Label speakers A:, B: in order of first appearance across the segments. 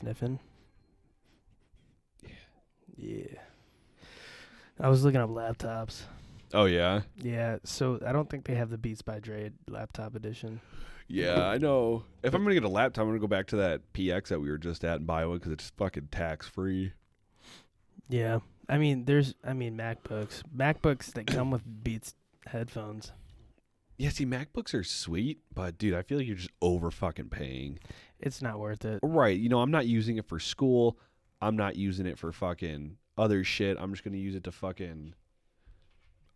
A: Griffin. Yeah. Yeah. I was looking up laptops.
B: Oh yeah,
A: Yeah, so I don't think they have the Beats by Dre laptop edition.
B: yeah. I know. If I'm gonna get a laptop, I'm gonna go back to that PX that we were just at and buy one because it's fucking tax free.
A: Yeah. I mean, there's I mean MacBooks. MacBooks that come with Beats headphones.
B: Yeah, see, MacBooks are sweet, but dude, I feel like you're just over fucking paying.
A: It's not worth it.
B: Right. You know, I'm not using it for school. I'm not using it for fucking other shit. I'm just gonna use it to fucking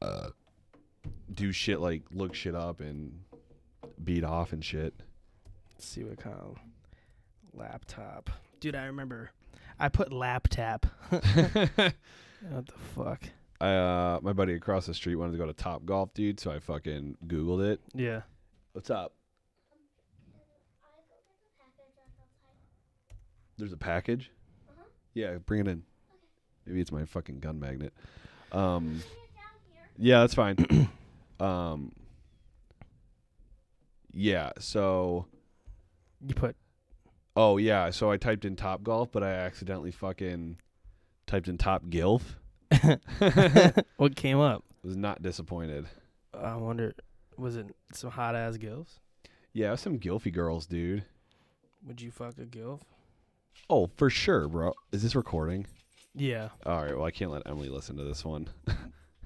B: uh do shit like look shit up and beat off and shit.
A: Let's see what kind of laptop. Dude, I remember I put laptop. What the fuck?
B: uh my buddy across the street wanted to go to Top Golf, dude, so I fucking Googled it.
A: Yeah.
B: What's up? There's a package? Yeah, bring it in. Maybe it's my fucking gun magnet. Um Yeah, that's fine. um Yeah, so
A: You put
B: oh yeah, so I typed in Top Golf, but I accidentally fucking typed in Top Gilf.
A: what came up?
B: Was not disappointed.
A: I wonder was it some hot ass gills?
B: Yeah, it was some Gilfy girls, dude.
A: Would you fuck a gilf?
B: Oh, for sure, bro. Is this recording?
A: Yeah.
B: All right, well I can't let Emily listen to this one.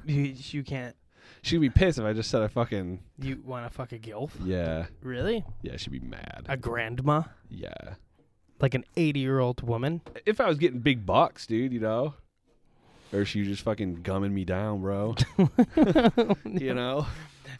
A: You, you can't
B: She'd be pissed if I just said I fucking
A: you wanna fuck a gilf?
B: yeah
A: Really?
B: yeah she'd be mad
A: A grandma?
B: yeah.
A: Like an eighty year old woman?
B: If I was getting big bucks, dude, you know, or she was just fucking gumming me down, bro. you know,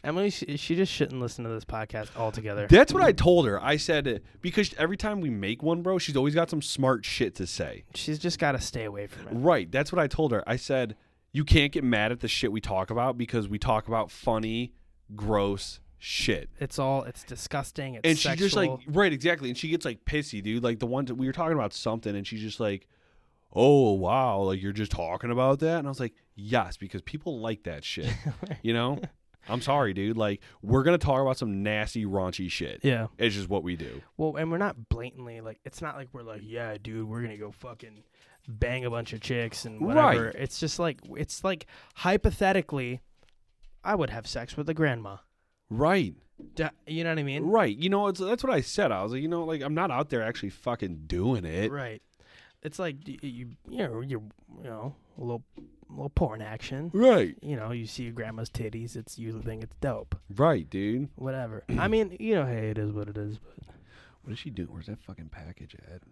A: Emily, she, she just shouldn't listen to this podcast altogether.
B: that's what I told her. I said because every time we make one, bro, she's always got some smart shit to say.
A: She's just got to stay away from it.
B: Right. That's what I told her. I said, you can't get mad at the shit we talk about because we talk about funny, gross shit.
A: It's all, it's disgusting. It's
B: And
A: sexual.
B: she just like, right, exactly. And she gets like pissy, dude. Like the one that we were talking about something and she's just like, oh, wow, like you're just talking about that. And I was like, yes, because people like that shit. you know? I'm sorry, dude. Like, we're going to talk about some nasty, raunchy shit.
A: yeah.
B: It's just what we do.
A: Well, and we're not blatantly like, it's not like we're like, yeah, dude, we're going to go fucking bang a bunch of chicks and whatever.
B: Right.
A: It's just like, it's like hypothetically, I would have sex with a grandma.
B: Right.
A: Da- you know what I mean?
B: Right. You know, it's, that's what I said. I was like, you know, like, I'm not out there actually fucking doing it.
A: Right. It's like y- you, you know, you're, you know, a little, a little porn action.
B: Right.
A: You know, you see your grandma's titties. It's you think it's dope.
B: Right, dude.
A: whatever. I mean, you know, hey, it is what it is. But
B: What is she doing? Where's that fucking package at?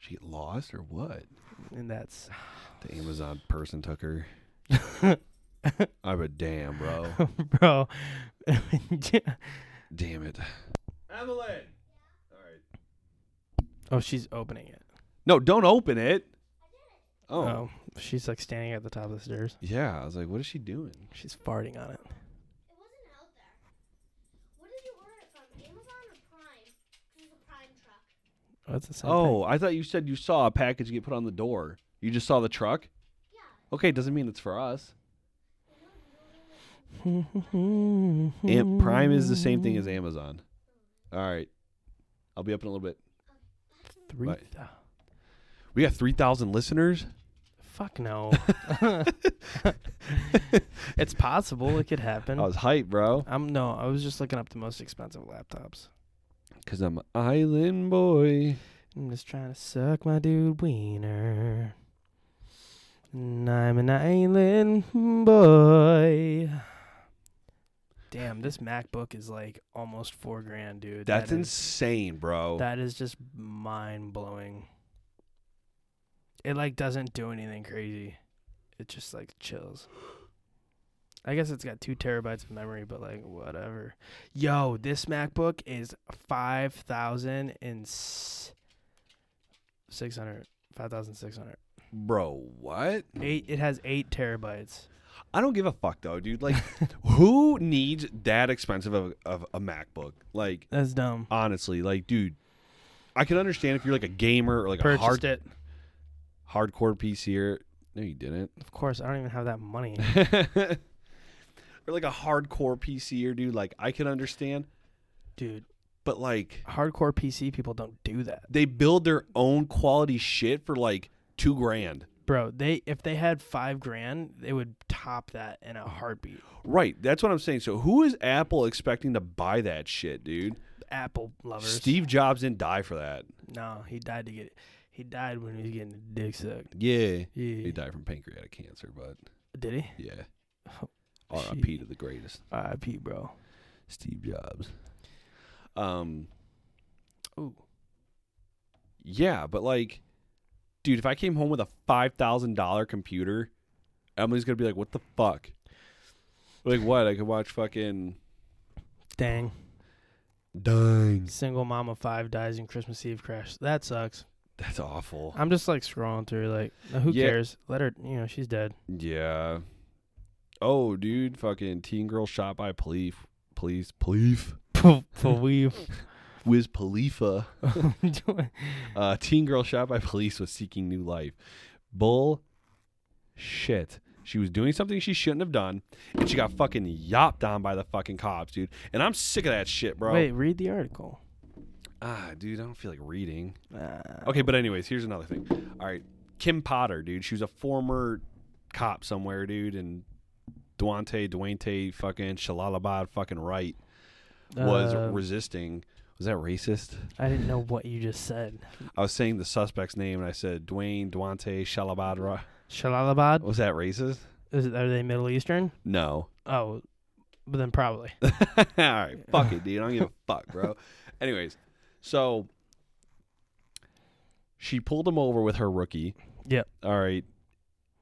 B: She get lost or what?
A: and that's
B: The Amazon person took her. I but damn, bro.
A: bro.
B: damn it. Emily. All right.
A: oh, she's opening it.
B: No, don't open it.
A: Oh.
B: Oh.
A: she's like standing at the top of the stairs.
B: Yeah, I was like, what is she doing?
A: She's farting on it.
C: It wasn't out there. What did you order it from? Amazon or Prime? 'Cause it's a Prime truck.
A: Oh, it's the same thing.
B: Oh, I thought you said you saw a package get put on the door. You just saw the truck?
C: Yeah.
B: Okay, doesn't mean it's for us.
A: Oh,
B: Am- Prime is the same thing as Amazon. All right. I'll be up in a little bit.
A: Three.
B: Right.
A: th-
B: We got 3,000 listeners.
A: fuck no. it's possible. It could happen.
B: I was hyped, bro.
A: I'm no. I was just looking up the most expensive laptops.
B: Because I'm an island boy.
A: I'm just trying to suck my dude wiener. And I'm an island boy. Damn, this MacBook is like almost four grand, dude.
B: That's
A: That is-
B: insane, bro.
A: That is just mind blowing. It like doesn't do anything crazy. It just like chills. I guess it's got two terabytes of memory, but like whatever. Yo, this MacBook is five thousand and six hundred. Five thousand six hundred.
B: bro, what?
A: Eight. It has eight terabytes.
B: I don't give a fuck, though, dude. Like, who needs that expensive of, of a MacBook? Like,
A: That's dumb.
B: honestly, like, dude, I can understand if you're like a gamer or like
A: Purchased
B: a hard,
A: it.
B: hardcore PCer. No, you didn't.
A: Of course, I don't even have that money.
B: or -er, like a hardcore PCer, dude. Like, I can understand.
A: Dude,
B: but like
A: Hardcore PC people don't do that,
B: they build their own quality shit for like two grand.
A: bro. They if they had five grand, they would top that in a heartbeat.
B: Right. That's what I'm saying. So who is Apple expecting to buy that shit, dude?
A: Apple lovers.
B: Steve Jobs didn't die for that.
A: No, he died to get. He died when he was getting his dick sucked.
B: Yeah.
A: Yeah.
B: He died from pancreatic cancer, but
A: Did he?
B: yeah.
A: Oh,
B: R.I.P.
A: shit.
B: to the greatest,
A: R.I.P. Bro.
B: Steve Jobs. Um.
A: Ooh.
B: Yeah, but like, dude, if I came home with a five thousand dollar computer, Emily's gonna be like, "What the fuck?" Like what? I could watch fucking
A: Dang.
B: Dimes.
A: Single mom of five dies in Christmas Eve crash. That sucks.
B: That's awful.
A: I'm just like scrolling through, like, who
B: Yeah.
A: cares? Let her, you know, she's dead.
B: Yeah. Oh, dude, fucking teen girl shot by police. Police. Police.
A: For we've.
B: Wiz Khalifa. Uh, teen girl shot by police was seeking new life. Bull shit. She was doing something she shouldn't have done, and she got fucking yopped on by the fucking cops, dude. And I'm sick of that shit, bro.
A: Wait, read the article.
B: Ah, dude, I don't feel like reading.
A: Uh,
B: Okay, but anyways, here's another thing. All right, Kim Potter, dude. She was a former cop somewhere, dude, and Duante, Duante, fucking Shalalabad, fucking right, was
A: uh,
B: resisting. Was that racist?
A: I didn't know what you just said.
B: I was saying the suspect's name, and I said Dwayne, Duante, Shalalabad. Ra-
A: Shalalabad?
B: Was that racist?
A: Is, are they Middle Eastern?
B: No.
A: Oh, but then probably.
B: All right, fuck it, dude. I don't give a fuck, bro. Anyways, so she pulled him over with her rookie.
A: Yep.
B: All right,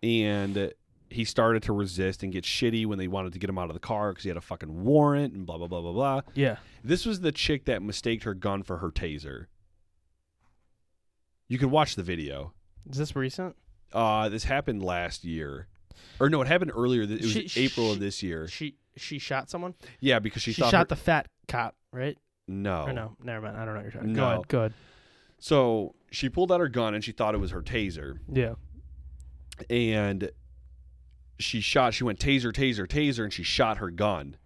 B: and he started to resist and get shitty when they wanted to get him out of the car because he had a fucking warrant and blah blah blah blah blah.
A: Yeah.
B: This was the chick that mistaked her gun for her taser. You can watch the video.
A: Is this recent?
B: Uh, this happened last year, or no, it happened earlier. th- It was
A: She-
B: April of
A: she-
B: this year.
A: She she shot someone?
B: Yeah, because she,
A: She,
B: thought
A: shot the fat cop, right?
B: the no,
A: Or no, never mind. I don't know what you're talking
B: No.
A: about. Go ahead,
B: So she pulled out her gun and she thought it was her taser.
A: go ahead.
B: And she shot, she went taser, taser, taser, and she shot her gun.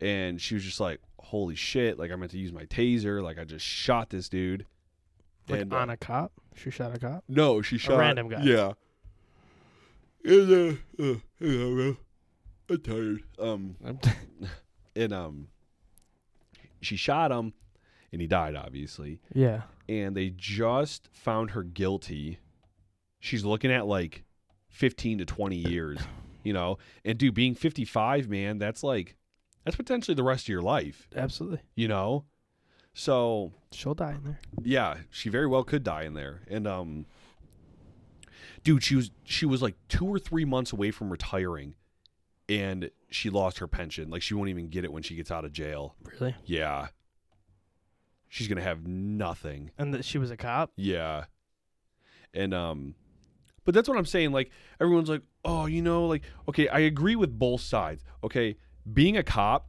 B: And she was just like, holy shit, like I meant to use my taser. Like I just shot this dude.
A: Yeah. Like
B: And, uh,
A: on a cop? She shot a cop?
B: No, she shot
A: random guy.
B: Yeah. And, uh, uh, yeah, uh, I'm tired. Um, and um, she shot him, and he died, obviously.
A: yeah.
B: and they just found her guilty. She's looking at like 15 to 20 years, you know. And dude, being 55, man, that's like that's potentially the rest of your life,
A: Absolutely.
B: you know. So,
A: She'll die in there.
B: yeah, she very well could die in there. And um dude, she was she was like 2 or 3 months away from retiring and she lost her pension. Like she won't even get it when she gets out of jail.
A: Really?
B: Yeah. She's going to have nothing.
A: And that she was a cop?
B: Yeah. And um but that's what I'm saying like everyone's like, "Oh, you know, like okay, I agree with both sides. Okay, being a cop,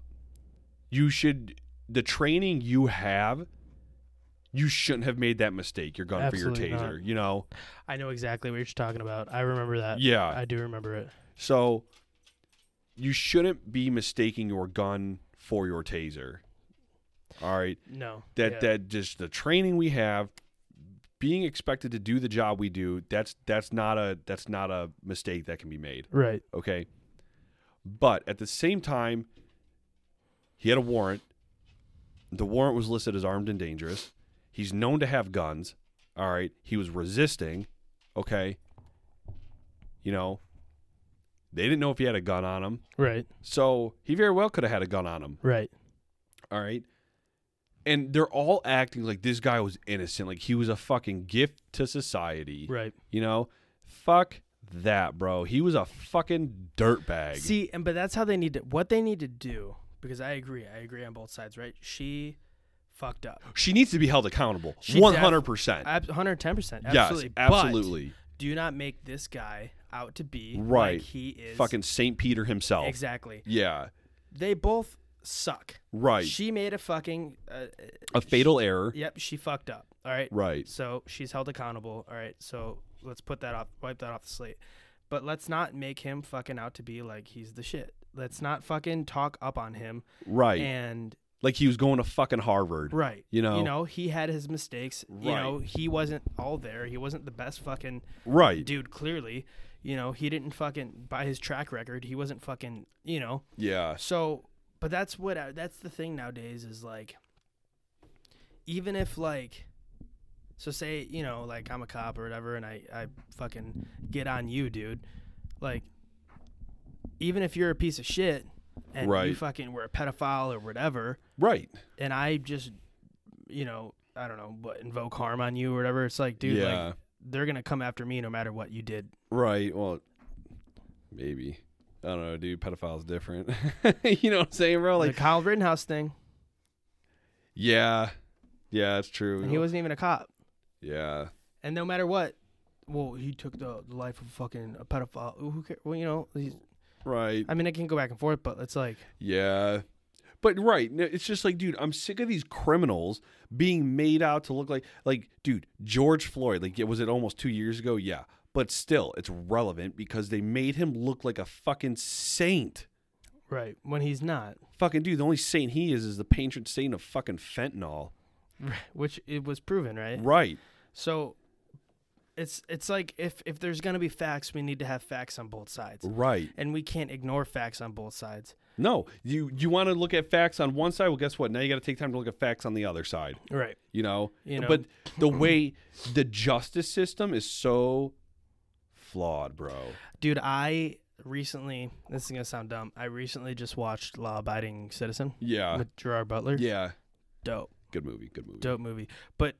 B: you should the training you have you shouldn't have made that mistake. Your gun for
A: Absolutely
B: your
A: not.
B: taser, you know.
A: I know exactly what you're talking about. I remember that.
B: Yeah.
A: I do remember it.
B: so you shouldn't be mistaking your gun for your taser. All right.
A: No.
B: that
A: yeah.
B: that just the training we have being expected to do the job we do that's that's not a that's not a mistake that can be made
A: Right.
B: okay but at the same time he had a warrant the warrant was listed as armed and dangerous he's known to have guns all right he was resisting okay you know they didn't know if he had a gun on him
A: Right.
B: so he very well could have had a gun on him
A: Right.
B: all right. And they're all acting like this guy was innocent, like he was a fucking gift to society.
A: Right.
B: You know? Fuck that, bro. He was a fucking dirtbag.
A: See, and but that's how they need to what they need to do, because I agree. I agree on both sides, right? She fucked up.
B: she needs to be held accountable.
A: She def-
B: 100%.
A: Ab- 110%. Absolutely.
B: yes, absolutely.
A: But do not make this guy out to be
B: Right.
A: like he is.
B: Fucking St. Peter himself.
A: Exactly.
B: Yeah.
A: They both suck.
B: Right.
A: She made a fucking. Uh,
B: a fatal error.
A: yep, she fucked up. All right.
B: Right.
A: So she's held accountable. All right. So let's put that off, wipe that off the slate. But let's not make him fucking out to be like he's the shit. Let's not fucking talk up on him
B: Right.
A: and
B: like he was going to fucking Harvard.
A: Right.
B: You know,
A: You know, he had his mistakes. You
B: Right.
A: know, he wasn't all there. He wasn't the best fucking
B: right?
A: dude, clearly. You know, he didn't fucking, by his track record, he wasn't fucking, you know.
B: Yeah,
A: So, but that's what, I, that's the thing nowadays is like, even if like, so say, you know, like I'm a cop or whatever and I, I fucking get on you, dude. Like, even if you're a piece of shit and you
B: Right.
A: fucking were a pedophile or whatever,
B: right.
A: and I just, you know, I don't know, but invoke harm on you or whatever. It's like, dude,
B: yeah,
A: like they're gonna come after me no matter what you did.
B: right. Well, maybe I don't know, dude. Pedophile's different. you know what I'm saying, bro?
A: Like
B: Like,
A: the Kyle Rittenhouse thing,
B: yeah, yeah, it's true.
A: and he wasn't even a cop.
B: yeah,
A: And no matter what, well, he took the the life of fucking a pedophile. Who cares? Well, you know, he's,
B: right.
A: I mean, I can go back and forth, but it's like,
B: Yeah. But right, no, it's just like, dude, I'm sick of these criminals being made out to look like, like, dude, George Floyd. Like, it was it almost two years ago? Yeah, but still, it's relevant because they made him look like a fucking saint.
A: right when he's not,
B: Fucking dude, the only saint he is is the patron saint of fucking fentanyl.
A: which it was proven, right?
B: Right.
A: So. It's it's like if, if there's gonna be facts, we need to have facts on both sides,
B: Right.
A: and we can't ignore facts on both sides.
B: No, you you want to look at facts on one side. Well, guess what? Now you got to take time to look at facts on the other side.
A: Right.
B: you know,
A: You know.
B: but the way the justice system is so flawed bro
A: Dude, I recently, this is going to sound dumb. I recently just watched Law Abiding Citizen
B: yeah
A: with Gerard Butler.
B: yeah
A: Dope,
B: good movie good movie
A: dope movie. But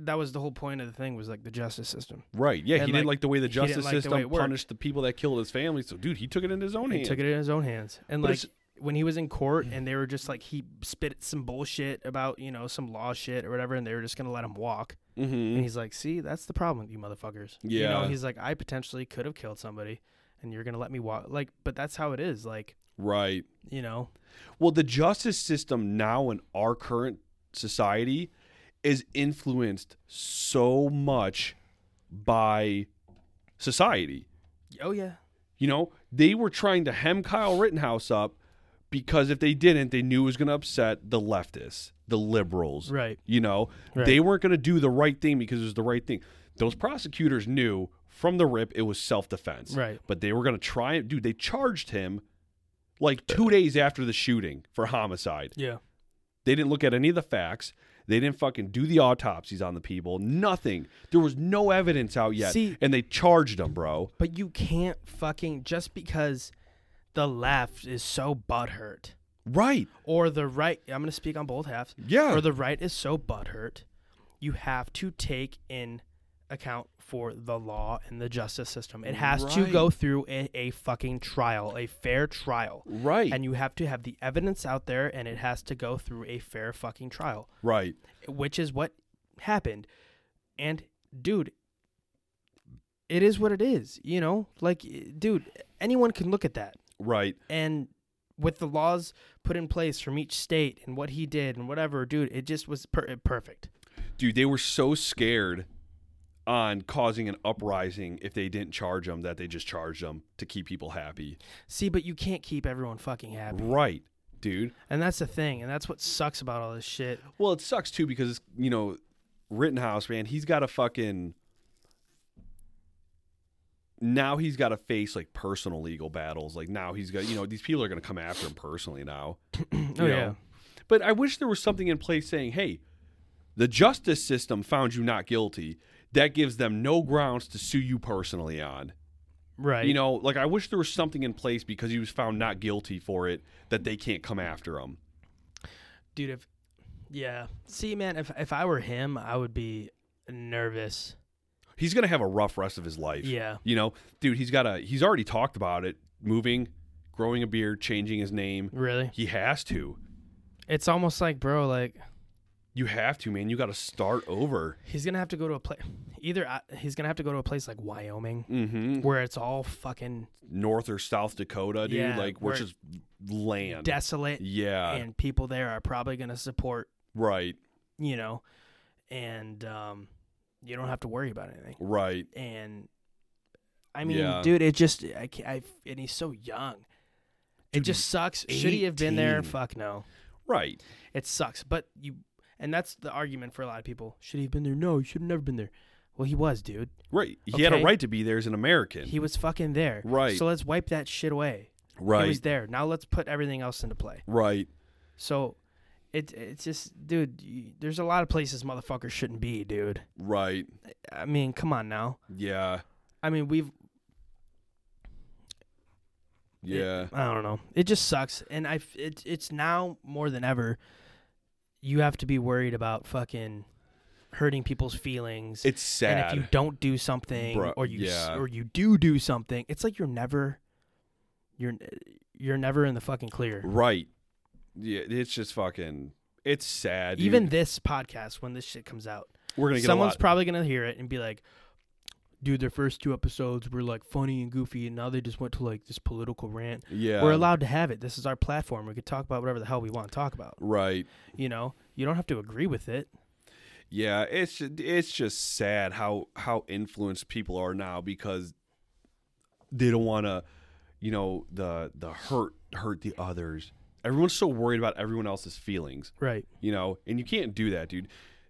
A: that was the whole point of the thing was like the justice system.
B: right yeah he
A: And,
B: didn't
A: like,
B: like the way the
A: he didn't
B: justice
A: like the way
B: system
A: it worked.
B: punished the people that killed his family so dude he took it into his own
A: He
B: hands
A: took it in his own hands. And
B: But
A: like
B: it's-
A: when he was in court and they were just like, he spit some bullshit about, you know, some law shit or whatever, and they were just going to let him walk. And
B: mm-hmm.
A: he's like, see, that's the problem with you motherfuckers. You know,
B: Yeah.
A: he's like, I potentially could have killed somebody and you're going to let me walk. Like, but that's how it is. Like,
B: right
A: you know,
B: well the justice system now in our current society is influenced so much by society
A: oh yeah.
B: You know, they were trying to hem Kyle Rittenhouse up because if they didn't, they knew it was going to upset the leftists, the liberals.
A: Right.
B: You know,
A: Right.
B: they weren't going to do the right thing because it was the right thing. Those prosecutors knew from the rip it was self defense.
A: Right.
B: But they were going to try it. Dude, they charged him like two days after the shooting for homicide.
A: Yeah.
B: They didn't look at any of the facts. They didn't fucking do the autopsies on the people. Nothing. There was no evidence out yet.
A: See-
B: and they charged him, bro.
A: But you can't fucking just because the left is so butthurt
B: Right.
A: or the right I'm gonna speak on both halves.
B: Yeah.
A: Or the right is so butthurt, you have to take in account for the law and the justice system. It has to go through a, a fucking trial, a fair trial.
B: Right.
A: And you have to have the evidence out there and it has to go through a fair fucking trial.
B: Right.
A: which is what happened. And dude, it is what it is, you know? Like dude, anyone can look at that.
B: Right.
A: And with the laws put in place from each state and what he did and whatever, dude, it just was per- perfect.
B: Dude, they were so scared on causing an uprising if they didn't charge them that they just charged them to keep people happy.
A: See, but you can't keep everyone fucking happy.
B: Right, dude.
A: And that's the thing, and that's what sucks about all this shit.
B: Well, it sucks too because, you know, Rittenhouse, man, he's got a fucking. Now he's got to face like personal legal battles. Like now he's got, you know, these people are going to come after him personally now.
A: Oh
B: you know? But I wish there was something in place saying, hey, the justice system found you not guilty. That gives them no grounds to sue you personally on.
A: Right.
B: You know, like I wish there was something in place because he was found not guilty for it that they can't come after him.
A: dude if yeah. See, man, if if I were him, I would be nervous.
B: He's going to have a rough rest of his life.
A: Yeah.
B: You know, dude, he's got a he's already talked about it, moving, growing a beard, changing his name.
A: Really?
B: He has to.
A: It's almost like, bro, like
B: You have to, man. You got to start over.
A: He's gonna have to go to a place. Either I, he's gonna have to go to a place like Wyoming,
B: Mhm.
A: where it's all fucking
B: North or South Dakota, dude,
A: Yeah,
B: like we're
A: where-
B: just land.
A: desolate,
B: yeah.
A: and people there are probably gonna support,
B: Right,
A: you know, and um, you don't have to worry about anything.
B: right.
A: And I mean,
B: Yeah.
A: dude, it just I, ca- I and he's so young. It
B: Dude,
A: just sucks. Should he have been there?
B: 18.
A: Fuck no.
B: Right.
A: It sucks, but you and that's the argument for a lot of people. Should he have been there? No, he should have never been there. Well, he was, dude.
B: Right. He had a
A: Okay.
B: right to be there as an American.
A: He was fucking there.
B: Right.
A: So let's wipe that shit away.
B: right.
A: He was there. Now let's put everything else into play.
B: right.
A: So it it's just dude, you, there's a lot of places motherfuckers shouldn't be, dude.
B: Right.
A: I mean, come on now.
B: Yeah.
A: I mean, we've
B: Yeah.
A: I don't know. It just sucks, and I f- it, it's now more than ever. You have to be worried about fucking hurting people's feelings.
B: it's
A: and
B: sad.
A: if you don't do something,
B: Bruh,
A: or you s
B: yeah.
A: or you do do something, it's like you're never, you're you're never in the fucking clear.
B: right. Yeah. It's just fucking. It's sad. dude.
A: Even this podcast, when this shit comes out,
B: we're gonna get
A: someone's
B: a lot.
A: probably gonna hear it and be like, "Dude, their first two episodes were like funny and goofy, and now they just went to like this political rant."
B: yeah.
A: We're allowed to have it. This is our platform. We could talk about whatever the hell we want to talk about.
B: Right.
A: You know, you don't have to agree with it.
B: Yeah, it's ju- it's just sad how how influenced people are now because they don't want to, you know, the the hurt hurt the others. Everyone's so worried about everyone else's feelings,
A: Right.
B: you know, and you can't do that, dude.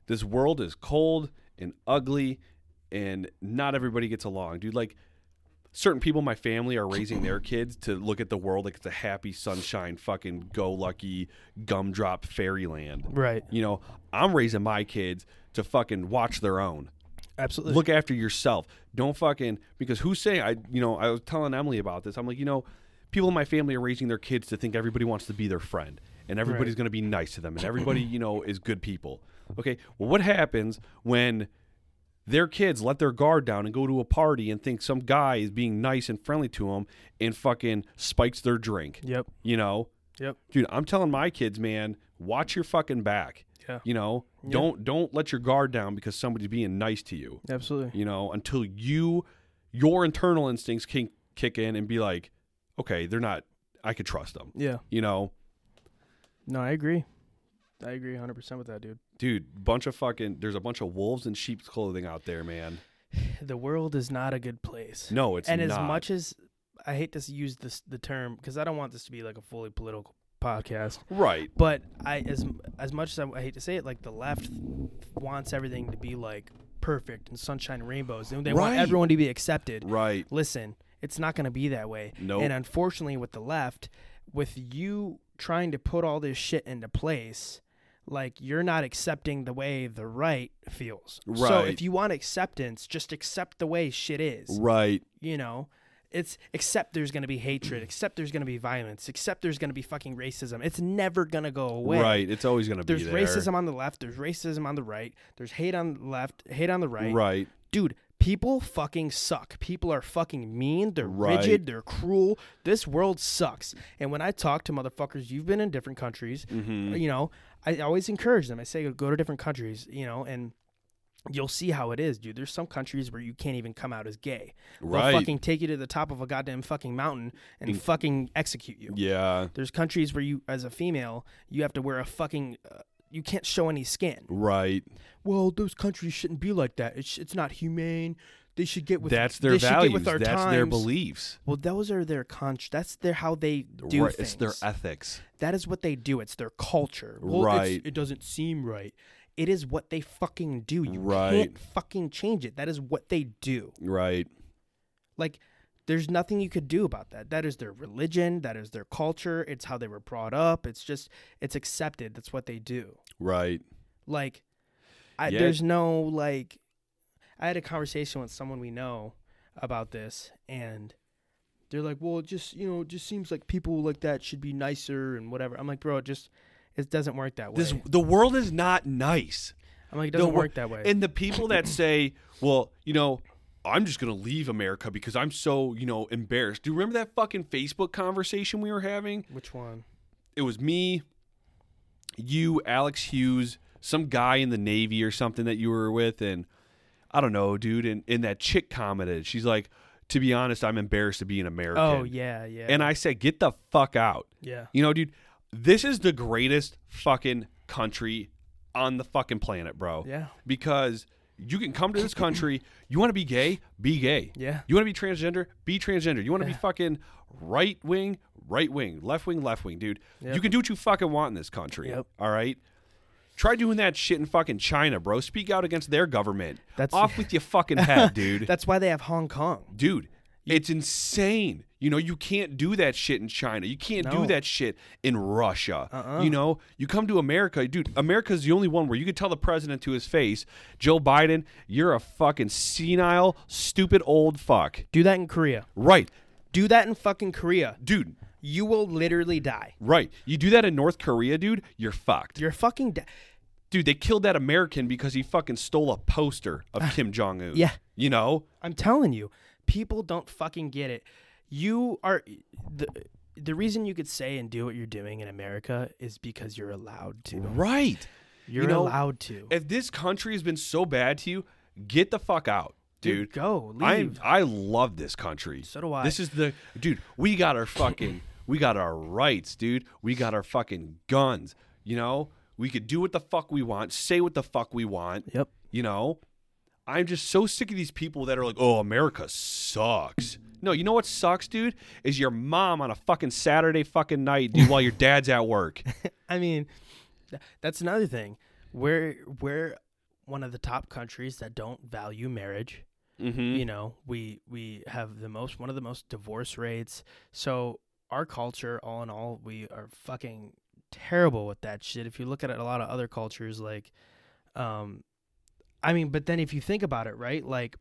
B: This world is cold and ugly, and not everybody gets along, dude. Like certain people in my family are raising their kids to look at the world like it's a happy sunshine, fucking go lucky gumdrop fairyland.
A: Right.
B: You know, I'm raising my kids to fucking watch their own.
A: Absolutely.
B: Look after yourself. Don't fucking because who's saying I you know, I was telling Emily about this. I'm like, you know, people in my family are raising their kids to think everybody wants to be their friend and everybody's going to be nice to them and everybody, you know, is good people. Okay? Well, what happens when their kids let their guard down and go to a party and think some guy is being nice and friendly to them and fucking spikes their drink.
A: Yep.
B: You know?
A: Yep.
B: Dude, I'm telling my kids, man, watch your fucking back.
A: Yeah.
B: You know, don't don't let your guard down because somebody's being nice to you.
A: Absolutely.
B: You know, until you your internal instincts can kick in and be like, okay, they're not. I could trust them.
A: Yeah.
B: You know,
A: No, I agree. I agree 100% with that, dude.
B: dude, bunch of fucking. There's a bunch of wolves in sheep's clothing out there, man.
A: The world is not a good place.
B: No, it's
A: and
B: not.
A: as much as I hate to s- use this the term cuz I don't want this to be like a fully political podcast,
B: right.
A: but I as m- as much as I, I hate to say it, like the left wants everything to be like perfect and sunshine and rainbows. They, they want
B: Right.
A: everyone to be accepted.
B: Right.
A: listen, it's not going to be that way.
B: Nope.
A: And unfortunately, with the left, with you trying to put all this shit into place, like you're not accepting the way the right feels. So
B: Right.
A: if you want acceptance, just accept the way shit is.
B: Right.
A: You know, it's accept there's going to be hatred, accept there's going to be violence, accept there's going to be fucking racism. It's never going to go away.
B: Right. It's always gonna
A: There's
B: be there.
A: racism on the left. There's racism on the right. There's hate on the left. Hate on the right
B: Right.
A: dude people fucking suck people are fucking mean they're
B: Right.
A: rigid they're cruel this world sucks and when i talk to motherfuckers you've been in different countries uh,
B: Mm-hmm.
A: you know i always encourage them i say go to different countries you know and you'll see how it is dude there's some countries where you can't even come out as gay
B: Right.
A: they'll fucking take you to the top of a goddamn fucking mountain and fucking execute you
B: Yeah.
A: there's countries where you as a female you have to wear a fucking uh, you can't show any skin
B: Right.
A: well, those countries shouldn't be like that. It's it's not humane. They should get with
B: That's their
A: they should
B: values.
A: Get with our
B: That's their
A: times.
B: beliefs.
A: Well, those are their con. That's their how they do
B: right.
A: things.
B: It's their ethics.
A: that is what they do. It's their culture. Well, it's-
B: Right.
A: It doesn't seem right. It is what they fucking do. You
B: Right.
A: can't fucking change it. That is what they do.
B: Right.
A: Like, there's nothing you could do about that. That is their religion. That is their culture. It's how they were brought up. It's just it's accepted. That's what they do.
B: Right.
A: Like, I,
B: Yeah.
A: there's no like. I had a conversation with someone we know about this, and they're like, "Well, it just you know, it just seems like people like that should be nicer and whatever." I'm like, "Bro, it just it doesn't work that way."
B: This the world is not nice.
A: I'm like, "It
B: The
A: doesn't
B: wor-
A: work that way."
B: And the people that say, "Well, you know, I'm just gonna leave America because I'm so you know embarrassed." Do you remember that fucking Facebook conversation we were having?
A: Which one?
B: It was me, you, Alex Hughes, some guy in the Navy or something that you were with, and I don't know, dude. And and that chick commented, she's like, "To be honest, I'm embarrassed to be an American."
A: Oh yeah, yeah,
B: And I said, "Get the fuck out."
A: yeah,
B: You know, dude, this is the greatest fucking country on the fucking planet, bro.
A: Yeah.
B: Because you can come to this country, you want to be gay, be gay.
A: Yeah.
B: You want to be transgender, be transgender. You want to be fucking right wing, right wing, left wing, left wing, dude. You
A: Yep.
B: can do what you fucking want in this country.
A: Yep.
B: All right. Try doing that shit in fucking China, bro. Speak out against their government.
A: That's-
B: off with your fucking head, dude.
A: That's why they have Hong Kong.
B: dude it's insane you know you can't do that shit in china you can't do
A: No. Uh-uh.
B: that shit in russia you know you come to america dude america's the only one where you can tell the president to his face joe biden you're a fucking senile stupid old fuck
A: Do that in Korea.
B: right
A: Do that in fucking Korea.
B: dude
A: You will literally die.
B: right you do that in north korea dude you're fucked
A: You're fucking dead.
B: dude they killed that american because he fucking stole a poster of kim jong-un
A: yeah.
B: you know
A: I'm telling you, people don't fucking get it. You are the the reason you could say and do what you're doing in America is because you're allowed to.
B: right
A: You're
B: know, eh,
A: allowed to.
B: if this country has been so bad to you get the fuck out dude
A: go leave.
B: I I love this country.
A: So do I.
B: This is the dude. We got our fucking we got our rights, dude. We got our fucking guns. You know, we could do what the fuck we want, say what the fuck we want.
A: yep.
B: You know, I'm just so sick of these people that are like, "Oh, America sucks." No, you know what sucks, dude, is your mom on a fucking Saturday fucking night, dude, while your dad's at work.
A: I mean, th- that's another thing. We're we're one of the top countries that don't value marriage.
B: Mm-hmm.
A: You know, we we have the most one of the most divorce rates. So our culture, all in all, we are fucking terrible with that shit. If you look at it, a lot of other cultures, like, um, I mean, but then if you think about it, right, like.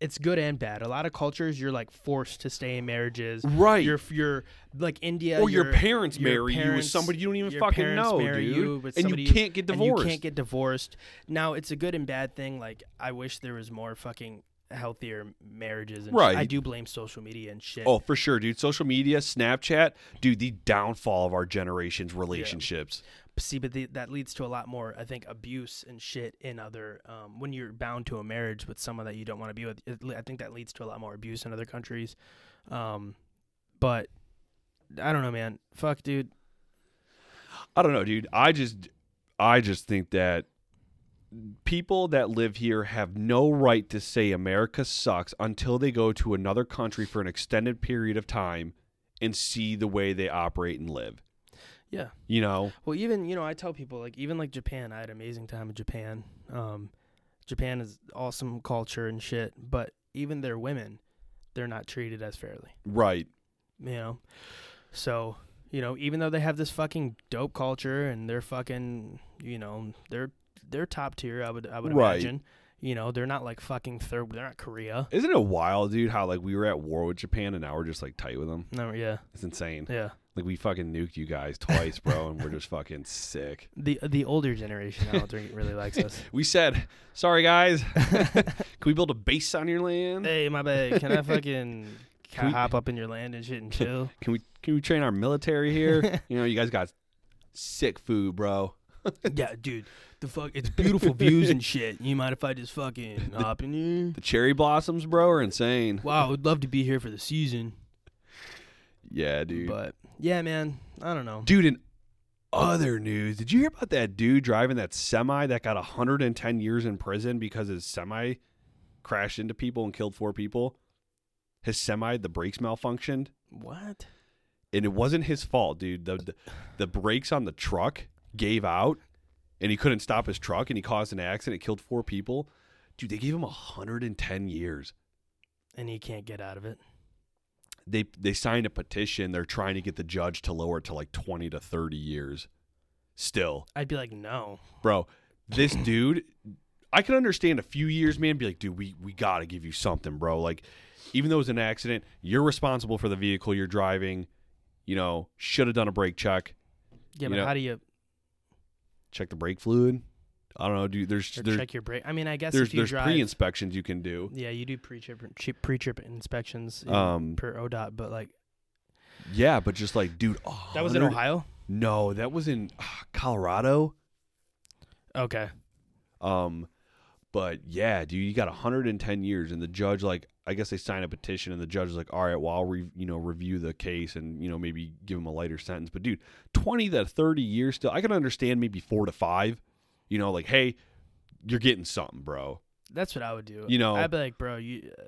A: It's good and bad. A lot of cultures, you're like forced to stay in marriages.
B: Right.
A: You're you're like India.
B: or your
A: you're-
B: parents
A: your
B: marry you with
A: parents-
B: somebody you don't even
A: your
B: fucking
A: parents
B: know,
A: marry
B: dude.
A: you with
B: and
A: somebody
B: you can't get
A: and
B: divorced.
A: You can't get divorced. Now it's a good and bad thing. Like I wish there was more fucking healthier marriages. And shit. I
B: Right.
A: do blame social media and shit.
B: Oh, for sure, dude. Social media, Snapchat, dude, the downfall of our generation's relationships.
A: See, but the, that leads to a lot more, I think, abuse and shit in other. Um, when you're bound to a marriage with someone that you don't want to be with, it, I think that leads to a lot more abuse in other countries. Um, but I don't know, man. Fuck, dude.
B: I don't know, dude. I just I just think that people that live here have no right to say America sucks until they go to another country for an extended period of time and see the way they operate and live.
A: Yeah.
B: You know?
A: Well, even you know, I tell people like even like Japan. I had an amazing time in Japan. Um, Japan is awesome culture and shit, but even their women, they're not treated as fairly.
B: Right.
A: You know, so you know, even though they have this fucking dope culture and they're fucking, you know, they're they're top tier. I would I would
B: Right.
A: imagine. You know, they're not like fucking third. They're not Korea.
B: Isn't it wild, dude, how like we were at war with Japan and now we're just like tight with them?
A: No, yeah,
B: It's insane.
A: yeah.
B: Like we fucking nuked you guys twice, bro, and we're just fucking sick.
A: The the older generation, I don't think it really likes us.
B: We said, sorry guys, can we build a base on your land?
A: Hey, my bad. Can I fucking
B: Can we-
A: hop up in your land and shit and chill?
B: Can we can we train our military here? you know, you guys got sick food, bro.
A: Yeah, dude. The fuck, it's beautiful views and shit. You mind if I just fucking hop in here?
B: The cherry blossoms, bro, are insane.
A: Wow, I would love to be here for the season,
B: Yeah, dude.
A: but yeah, man, I don't know.
B: Dude, in other news, did you hear about that dude driving that semi that got 110 years in prison because his semi crashed into people and killed four people? His semi, the brakes malfunctioned,
A: What?
B: and it wasn't his fault, dude. The the, the brakes on the truck gave out, and he couldn't stop his truck, and he caused an accident. It killed four people. Dude, they gave him 110 years.
A: And he can't get out of it.
B: They they signed a petition. They're trying to get the judge to lower it to like 20 to 30 years. Still,
A: I'd be like, no.
B: bro, this dude, I can understand a few years, man. Be like, dude, we we gotta give you something, bro. Like, even though it was an accident, you're responsible for the vehicle you're driving. You know, should have done a brake check.
A: Yeah,
B: You
A: but
B: know,
A: how do you
B: check the brake fluid. I don't know, dude. There's
A: or
B: there's
A: check your brake? I mean, I guess
B: there's
A: if you
B: there's
A: drive,
B: pre inspections you can do.
A: yeah, you do pre-trip chi- pre-trip inspections you know,
B: Um,
A: per ODOT, but like
B: yeah, but just like, dude, oh,
A: that was in Ohio.
B: No, that was in ah, Colorado.
A: Okay.
B: Um, but yeah, dude, you got 110 years, and the judge, like, I guess they signed a petition, and the judge is like, all right, well, I'll re- you know review the case and you know maybe give him a lighter sentence. But dude, 20 to 30 years still, I can understand maybe four to five. You know, like, hey, you're getting something, bro.
A: That's what I would do.
B: You know-
A: I'd be like, bro, you. Uh,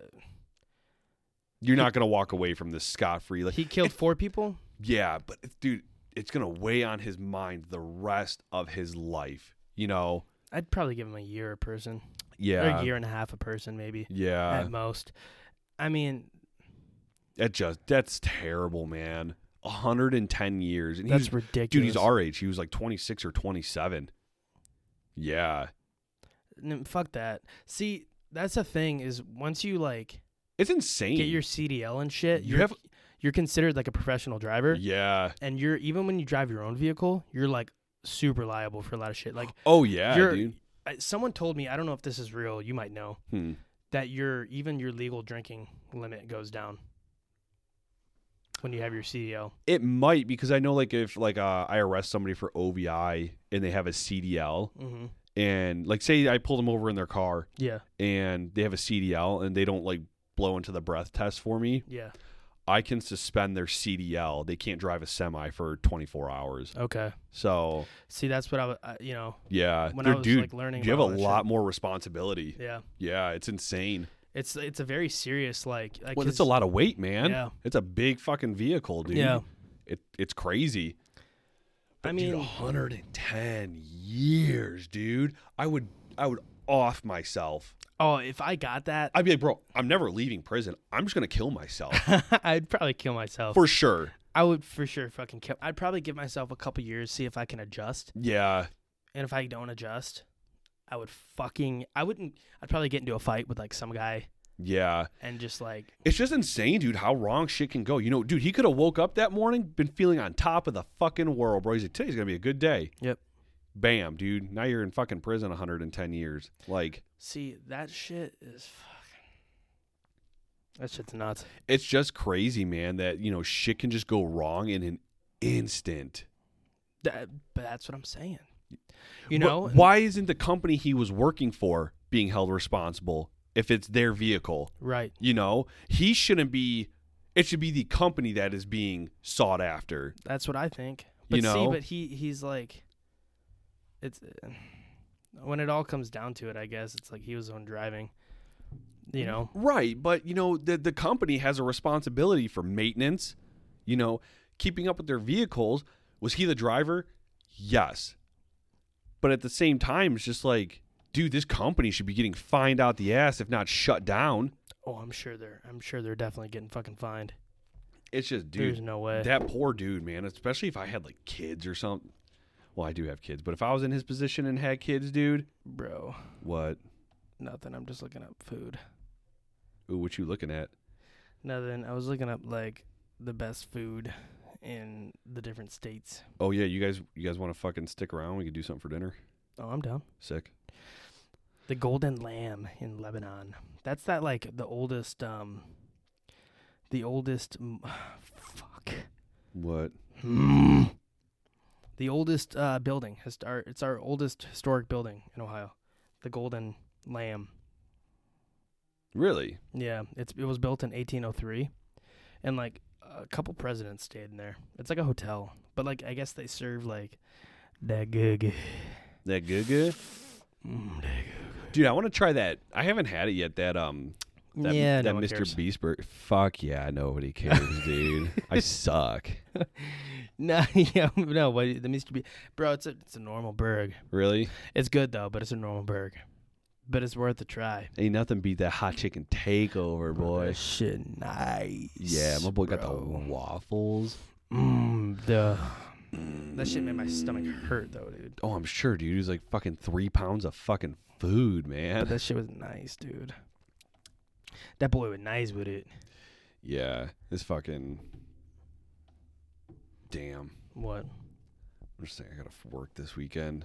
B: You're not gonna walk away from this scot free. Like,
A: He killed four people.
B: yeah, but it's- dude, it's gonna weigh on his mind the rest of his life. You know?
A: I'd probably give him a year a person,
B: Yeah.
A: or a year and a half a person, maybe
B: Yeah.
A: at most. I mean,
B: That just that's terrible, man. 110 years, and
A: that's
B: he's
A: ridiculous.
B: dude. He's our age. He was like 26 or 27. Yeah,
A: N- fuck that. See, that's the thing is once you like
B: it's insane.
A: get your CDL and shit,
B: You
A: you're,
B: have-
A: you're considered like a professional driver,
B: yeah.
A: and you're even when you drive your own vehicle, you're like super liable for a lot of shit. Like
B: Oh yeah,
A: you're,
B: dude.
A: I- someone told me, I don't know if this is real. You might know
B: Hmm.
A: that your even your legal drinking limit goes down when you have your CDL.
B: It might because I know like if like uh, I arrest somebody for OVI and they have a CDL
A: Mm-hmm.
B: and like say I pull them over in their car
A: Yeah,
B: and they have a CDL and they don't like blow into the breath test for me,
A: yeah.
B: I can suspend their CDL. They can't drive a semi for 24 hours.
A: Okay.
B: So
A: See, that's what I, wa- I you know,
B: yeah,
A: when
B: they're-
A: I was
B: dude,
A: like learning.
B: you have a
A: about all that
B: lot
A: shit-
B: more responsibility.
A: Yeah,
B: Yeah, it's insane.
A: it's it's a very serious like. like
B: Well, it's
A: his-
B: a lot of weight, man.
A: Yeah.
B: It's a big fucking vehicle, dude.
A: Yeah.
B: It it's crazy. But
A: I
B: dude,
A: mean,
B: 110 years, dude. I would I would off myself.
A: oh, if I got that,
B: I'd be like, bro, I'm never leaving prison. I'm just gonna kill myself
A: I'd probably kill myself.
B: for sure.
A: I would for sure fucking kill. I'd probably give myself a couple years, see if I can adjust.
B: Yeah,
A: And if I don't adjust, I would fucking. I wouldn't. I'd probably get into a fight with like some guy
B: yeah.
A: and just like.
B: It's just insane, dude. How wrong shit can go. You know, dude, he could have woke up that morning, been feeling on top of the fucking world, bro. He's like, today's gonna be a good day.
A: Yep.
B: Bam, dude. Now you're in fucking prison 110 years. Like.
A: See that shit is fucking. That shit's nuts.
B: it's just crazy, man, that you know shit can just go wrong in an instant.
A: That, but that's what I'm saying. You
B: But
A: know,
B: why isn't the company he was working for being held responsible if it's their vehicle?
A: right?
B: You know, he shouldn't be. It should be the company that is being sought after.
A: That's what I think. But
B: You
A: see,
B: know?
A: but he he's like, it's when it all comes down to it. I guess it's like he was on driving. You know,
B: Right, but you know the the company has a responsibility for maintenance. You know, keeping up with their vehicles. Was he the driver? Yes. But at the same time, it's just like, dude, this company should be getting fined out the ass if not shut down.
A: oh, I'm sure they're I'm sure they're definitely getting fucking fined.
B: It's just
A: There's
B: dude,
A: no way.
B: that poor dude, man. Especially if I had like kids or something. Well, I do have kids, but if I was in his position and had kids, dude,
A: Bro,
B: what?
A: nothing. I'm just looking up food.
B: Ooh, what you looking at?
A: Nothing. I was looking up like the best food in the different states.
B: Oh yeah, you guys, you guys want to fucking stick around? We could do something for dinner.
A: Oh, I'm down.
B: Sick.
A: The Golden Lamb in Lebanon. That's that like the oldest um the oldest mm, fuck.
B: What?
A: Mm. The oldest uh, building. His, our, it's our oldest historic building in Ohio. The Golden Lamb.
B: Really?
A: Yeah, it's it was built in 1803, and like a couple presidents stayed in there. It's like a hotel, but like I guess they serve like that good. mm,
B: That good, good? Dude, I want to try that. I haven't had it yet. That um, that,
A: yeah,
B: that
A: no one
B: Mr.
A: cares.
B: Beast burger. Fuck yeah, nobody cares, dude. I suck.
A: No, yeah, no, but the Mr. B, bro, it's a it's a normal burg.
B: Really?
A: It's good though, but it's a normal burg. But it's worth a try.
B: Ain't nothing beat that hot chicken takeover,
A: That
B: boy.
A: shit, nice.
B: Yeah, my boy got the
A: bro.
B: waffles.
A: Mm, the that shit made my stomach hurt though, dude.
B: Oh, I'm sure, dude. It was like fucking three pounds of fucking food,
A: But
B: man.
A: that shit was nice, dude. That boy was nice with it.
B: Yeah, this fucking. Damn.
A: What?
B: I'm just saying, I gotta f- work this weekend.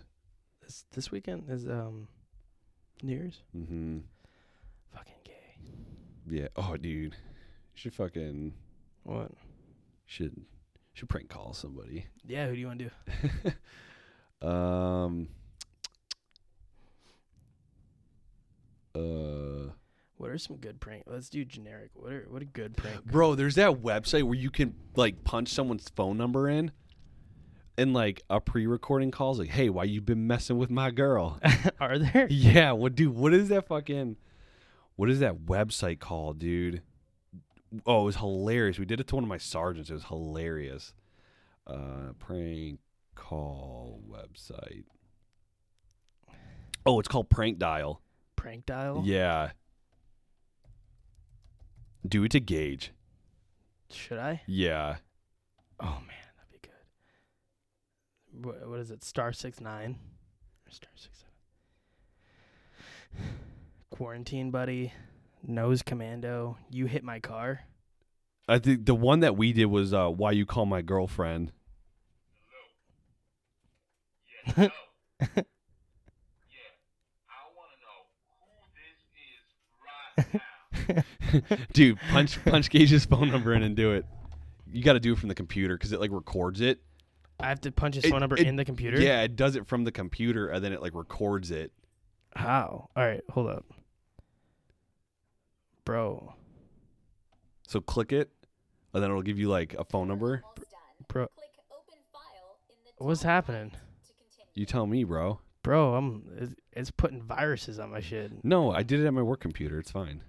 A: This this weekend is um New Year's.
B: Mm-hmm.
A: Fucking gay.
B: Yeah. Oh, dude. Should fucking
A: What?
B: should should prank call somebody.
A: Yeah, who do you want to do?
B: um. Uh,
A: What are some good prank? Let's do generic. What are what a good prank?
B: bro, there's that website where you can like punch someone's phone number in, and like a pre-recording calls like, "Hey, why you been messing with my girl?"
A: are there?
B: yeah, what, dude? What is that fucking? What is that website called, dude? oh, it was hilarious. We did it to one of my sergeants. It was hilarious. Uh, prank call website. Oh, it's called Prank Dial.
A: Prank dial?
B: Yeah. Do it to Gage.
A: Should I?
B: Yeah.
A: Oh man, that'd be good. What, what is it? Star six nine, or star six seven? Quarantine buddy, nose commando. You hit my car.
B: I think the one that we did was uh, why you call my girlfriend. Dude, punch punch Gage's phone number in and do it. You got to do it from the computer because it like records it.
A: I have to punch his
B: It-
A: phone number
B: it-
A: in the computer.
B: Yeah, it does it from the computer and then it like records it.
A: How? All right, hold up, bro.
B: So click it, and then it'll give you like a phone number.
A: Bro.
D: Click open file in the
A: What's
D: top
A: happening?
D: right to continue.
B: You tell me, bro.
A: Bro, I'm. It's, it's putting viruses on my shit.
B: No, I did it at my work computer. It's fine.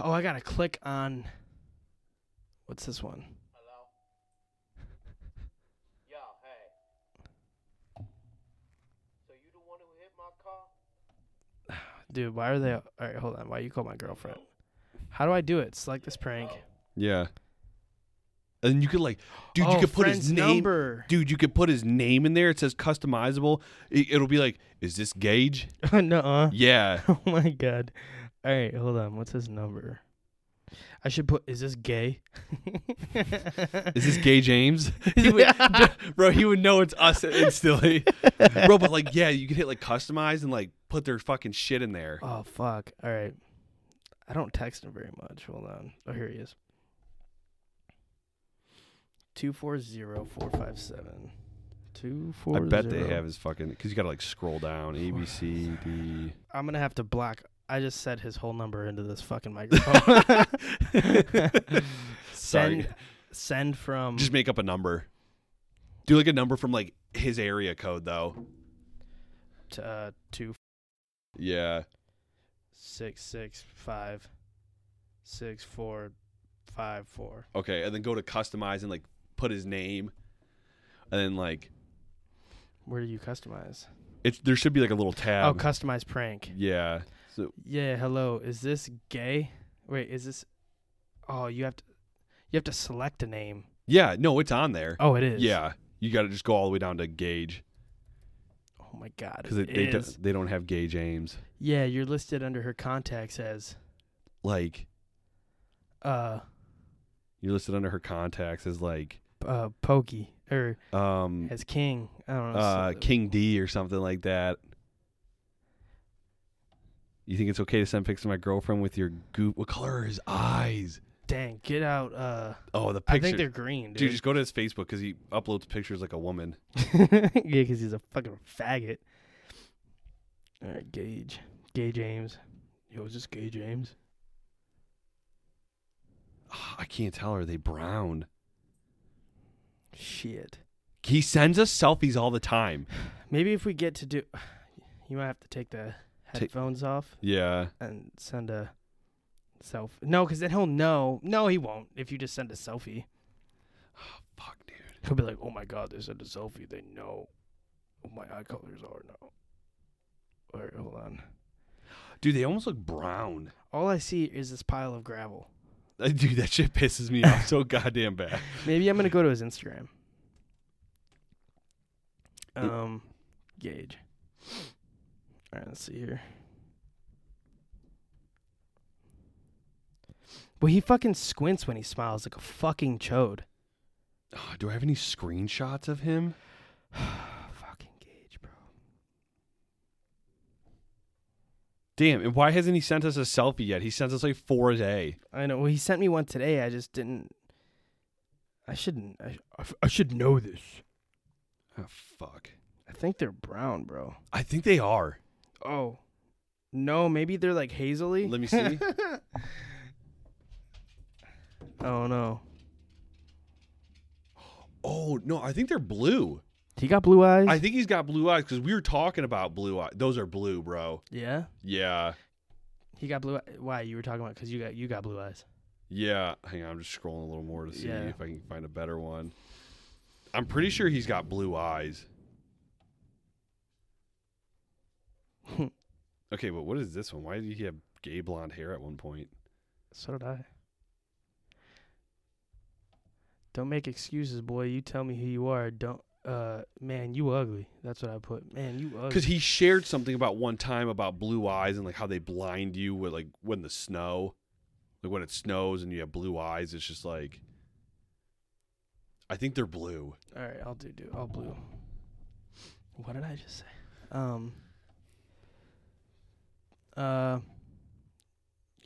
A: Oh, I gotta click on. What's this one?
E: Hello? Yo, hey. So you the one who hit my car?
A: Dude, why are they? All right, hold on. Why you call my girlfriend? How do I do it? Select this prank.
B: Yeah. And you could like, dude, you
A: Oh,
B: could put his
A: friend's
B: name.
A: number.
B: Dude, you could put his name in there. It says customizable. It, it'll be like, is this Gage?
A: no.
B: Yeah.
A: Oh my god. All right, hold on. What's his number? I should put. Is this gay?
B: Is this Gay James? He would- bro, he would know it's us instantly. bro, but like, yeah, you could hit like customize and like put their fucking shit in there.
A: Oh fuck. All right. I don't text him very much. Hold on. Oh, here he is. Two four zero four five seven. Two four.
B: I bet they
A: zero-
B: have his fucking because you gotta like scroll down A B C D.
A: I'm gonna have to block. I just said his whole number into this fucking microphone.
B: Sorry,
A: send, send from.
B: Mm-hmm. just make up a number. Do like a number from like his area code though.
A: t- uh, two
B: Yeah,
A: six six five six four five four.
B: okay, and then go to customize and like put his name, and then like
A: Where do you customize?
B: it's there should be like a little
A: oh,
B: tab.
A: customize prank.
B: yeah, so
A: Yeah, hello. Is this gay? Wait, is this? Oh, you have to. You have to select a name.
B: yeah, no, it's on there.
A: Oh, it is.
B: yeah, you gotta just go all the way down to Gage
A: Oh my God.
B: because
A: it
B: they do,
A: is.
B: they don't have Gage James.
A: yeah, you're listed under her contacts as
B: Like
A: uh
B: you're listed under her contacts as like
A: uh Pokey or
B: um
A: as King. I don't know.
B: uh,
A: so-
B: King D or something like that. You think it's okay to send pics to my girlfriend with your goop? What color are his eyes?
A: Dang, get out. Uh,
B: Oh, the
A: I
B: picture.
A: think they're green,
B: Dude,
A: dude.
B: just go to his Facebook because he uploads pictures like a woman.
A: yeah, because he's a fucking faggot. All right, Gage, Gay James. Yo, is this Gay James?
B: Ah, I can't tell. Are they brown?
A: Shit.
B: He sends us selfies all the time.
A: Maybe if we get to do, you might have to take the
B: Ta-
A: headphones off
B: Yeah.
A: and send a self. No, because then he'll know. No, he won't. If you just send a selfie,
B: Fuck, dude.
A: he'll be like, "Oh my god, they sent a selfie. They know what my eye colors are now." All right, hold on.
B: Dude, they almost look brown.
A: All I see is this pile of gravel.
B: Uh, Dude, that shit pisses me off so goddamn bad.
A: Maybe I'm gonna go to his Instagram. Um, Gage. All right, let's see here. Well, he fucking squints when he smiles like a fucking chode.
B: Ah, do I have any screenshots of him?
A: fucking Gage, bro.
B: Damn, and why hasn't he sent us a selfie yet? He sends us like four a day.
A: I know. Well, he sent me one today. I just didn't. I shouldn't. I, I, I should know this.
B: Oh, fuck.
A: I think they're brown, bro.
B: I think they are.
A: Oh, no. Maybe they're like hazily.
B: Let me see.
A: Oh no.
B: oh no, I think they're blue.
A: He got blue eyes.
B: I think he's got blue eyes because we were talking about blue eyes. Those are blue, bro.
A: yeah.
B: Yeah.
A: e-, He got blue. Why you were talking about? Because you got you got blue eyes.
B: Yeah, hang on, I'm just scrolling a little more to see
A: Yeah.
B: if I can find a better one. I'm pretty sure he's got blue eyes. okay, but what is this one? Why did he have gay blonde hair at one point?
A: So did I. Don't make excuses, boy. You tell me who you are. Don't, uh, man, you ugly. That's what I put. Man, you ugly.
B: Because he shared something about one time about blue eyes and like how they blind you with like when the snow, like when it snows and you have blue eyes. It's just like, I think they're blue.
A: All right, I'll do do. I'll blue. What did I just say? Um. Uh.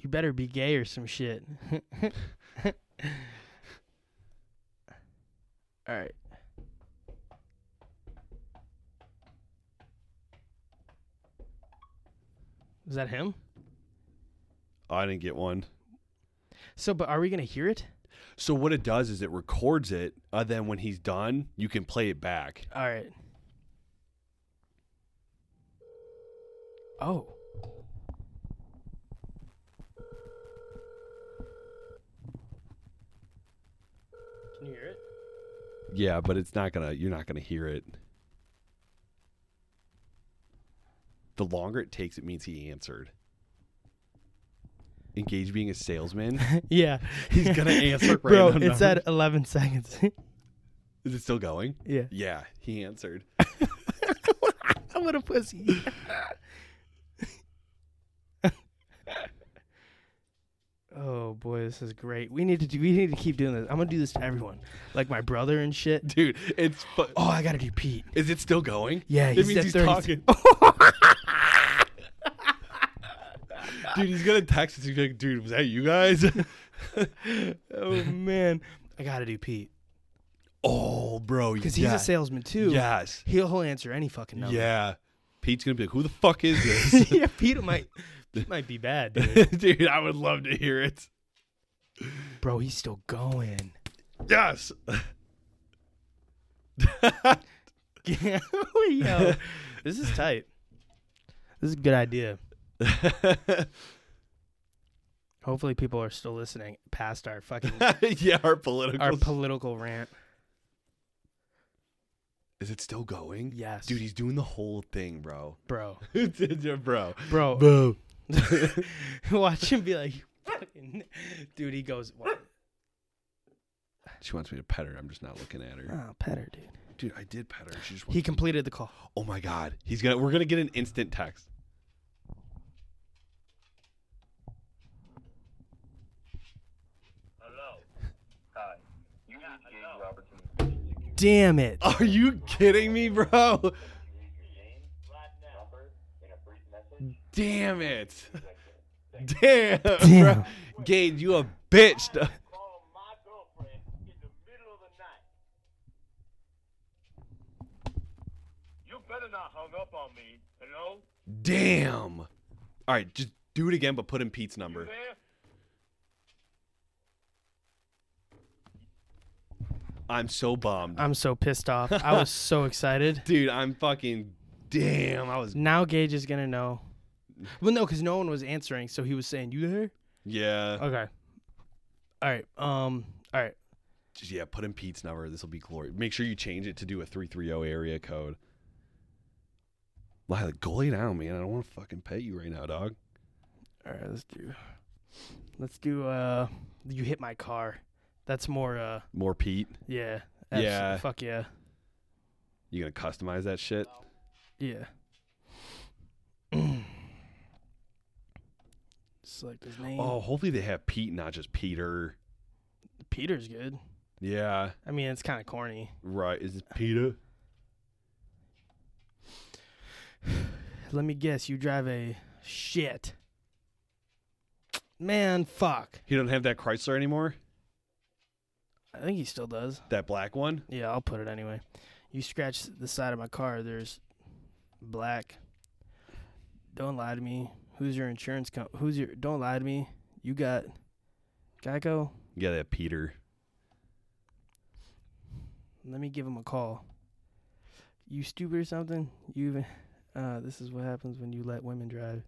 A: You better be gay or some shit. All right. Is that him?
B: I didn't get one.
A: So, but are we gonna hear it?
B: So what it does is it records it. Uh, then when he's done, you can play it back.
A: All right. Oh. Can you hear it?
B: Yeah, but it's not gonna. You're not gonna hear it. The longer it takes, it means he answered. Engage being a salesman.
A: yeah.
B: He's gonna answer
A: Bro,
B: random
A: it's at 11 seconds.
B: Is it still going?
A: yeah.
B: Yeah, he answered.
A: I'm gonna pussy. oh boy, this is great. We need to do. We need to keep doing this. I'm gonna do this to everyone, like my brother and shit.
B: Dude, it's. Fu-
A: Oh, I gotta do Pete.
B: Is it still going?
A: Yeah,
B: it
A: he's
B: means
A: at
B: he's
A: 30.
B: talking. dude, he's gonna text us. He's like, "Dude, was that you guys?"
A: Oh man, I gotta do Pete
B: oh, bro,
A: because he's
B: yeah.
A: a salesman too.
B: Yes,
A: he'll, he'll answer any fucking number.
B: yeah. Pete's gonna be like, "Who the fuck is this?"
A: yeah. Pete might Pete might be bad, dude.
B: dude, I would love to hear it.
A: bro. He's still going.
B: Yes.
A: Yeah, yo, this is tight. This is a good idea. Hopefully, people are still listening past our fucking
B: yeah, our political.
A: our political rant.
B: is it still going?
A: Yes,
B: Dude, he's doing the whole thing, bro.
A: bro,
B: bro.
A: bro,
B: Bro.
A: watch him be like, fucking, dude. He goes, what?
B: She wants me to pet her. I'm just not looking at her.
A: Oh, pet her, dude.
B: Dude, I did pet her. She just wants
A: He completed the call.
B: Oh my god. He's gonna we're gonna get an instant text.
A: Damn it.
B: Are you kidding me, bro? Hmm. Damn it. Damn, bro.
A: Damn.
B: Gage, you a bitch.
E: Call my girlfriend in the middle of the night. You better not hung up on me, hello?
B: Damn. All right, just do it again, but put in Pete's number.
E: There?
B: I'm so bummed.
A: I'm so pissed off. I was so excited.
B: Dude, I'm fucking damn. I was
A: Now Gage is gonna know. Well, no, because no one was answering, so he was saying, "You there?"
B: yeah.
A: Okay. All right. Um. All right.
B: Just, yeah, put in Pete's number. This will be glory. Make sure you change it to do a 330 area code. Lila, go lay down, man. I don't want to fucking pet you right now, dog.
A: All right. Let's do. Let's do. Uh. You hit my car. That's more. Uh.
B: More Pete.
A: Yeah. abso-
B: Yeah.
A: Fuck yeah.
B: You gonna customize that shit?
A: Oh. Yeah. Select his name.
B: Oh, hopefully they have Pete, not just Peter.
A: Peter's good.
B: Yeah.
A: I mean, it's kind of corny.
B: Right. Is it Peter?
A: Let me guess. You drive a shit. Man, fuck.
B: He don't have that Chrysler anymore?
A: I think he still does.
B: That black one?
A: Yeah, I'll put it anyway. You scratch the side of my car. There's black. Don't lie to me. Who's your insurance co Who's your? Don't lie to me. You got Geico.
B: Yeah, that Peter.
A: Let me give him a call. You stupid or something? You even? Uh, this is what happens when you let women drive.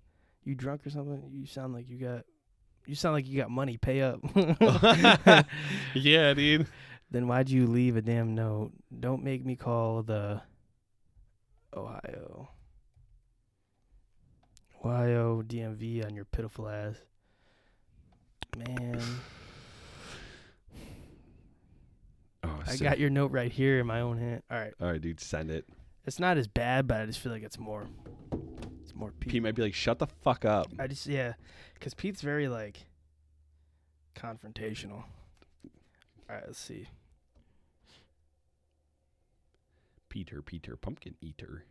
A: You drunk or something? You sound like you got You sound like you got money. Pay up.
B: yeah, dude.
A: then why'd you leave a damn note? Don't make me call the Ohio. Ohio DMV on your pitiful ass. Man,
B: Oh,
A: I
B: sick.
A: got your note right here in my own hand. All right.
B: All right, dude, send it.
A: It's not as bad, but I just feel like it's more. It's more
B: Pete
A: people.
B: might be like, "Shut the fuck up."
A: I just yeah, because Pete's very like confrontational. All right, let's see.
B: Peter, Peter, pumpkin eater.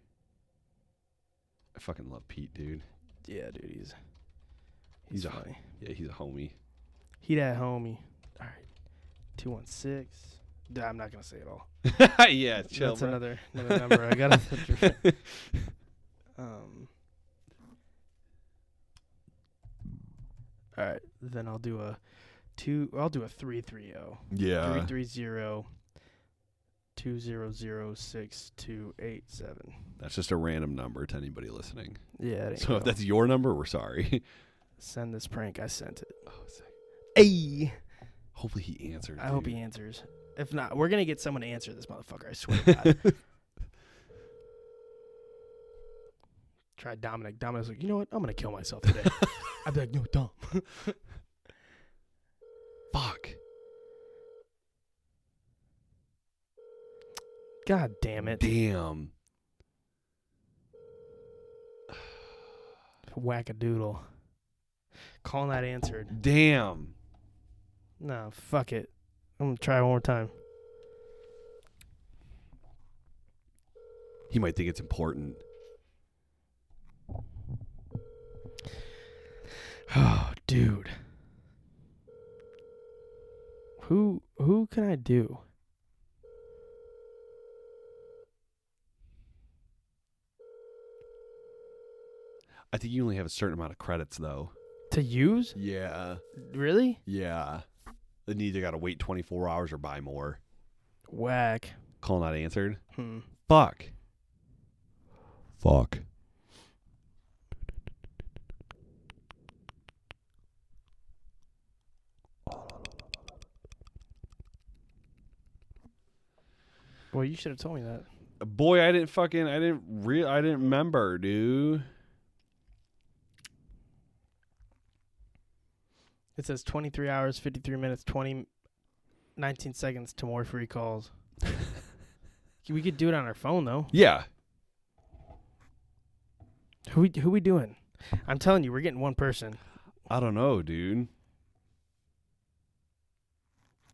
B: I fucking love Pete, dude.
A: Yeah, dude, he's he's,
B: He's a-
A: funny.
B: Yeah, he's a homie.
A: He that homie. All right, two one six. Duh, I'm not gonna say it all.
B: yeah, chill.
A: That's
B: bro.
A: another another number. I gotta. um. All right, then I'll do a two. I'll do a three three zero.
B: Yeah.
A: Three three zero two zero zero six two eight seven.
B: That's just a random number to anybody listening.
A: Yeah, it ain't
B: So if
A: real.
B: that's your number, we're sorry.
A: send this prank. I sent it.
B: oh, sick.
A: Hey,
B: Hopefully he answered.
A: I hope
B: dude.
A: he answers. If not, we're gonna get someone to answer this motherfucker. I swear to God. Try Dominic. Dominic's like, you know what? I'm gonna kill myself today. I'd be like, no, Dom.
B: Fuck.
A: God damn it!
B: Damn.
A: Whack a doodle. Call not answered.
B: Damn.
A: No, fuck it. I'm gonna try one more time.
B: He might think it's important.
A: Oh, dude. Who who can I do?
B: I think you only have a certain amount of credits though.
A: To use?
B: Yeah.
A: Really?
B: Yeah. Then you either gotta wait twenty four hours or buy more.
A: Whack.
B: Call not answered.
A: Hmm.
B: Fuck. Fuck.
A: Well, you should have told me that.
B: Boy, I didn't fucking I didn't real I didn't remember, dude.
A: It says 23 hours, 53 minutes, 20, 19 seconds to more free calls. we could do it on our phone though.
B: Yeah.
A: Who we who we doing? I'm telling you, we're getting one person.
B: I don't know, dude.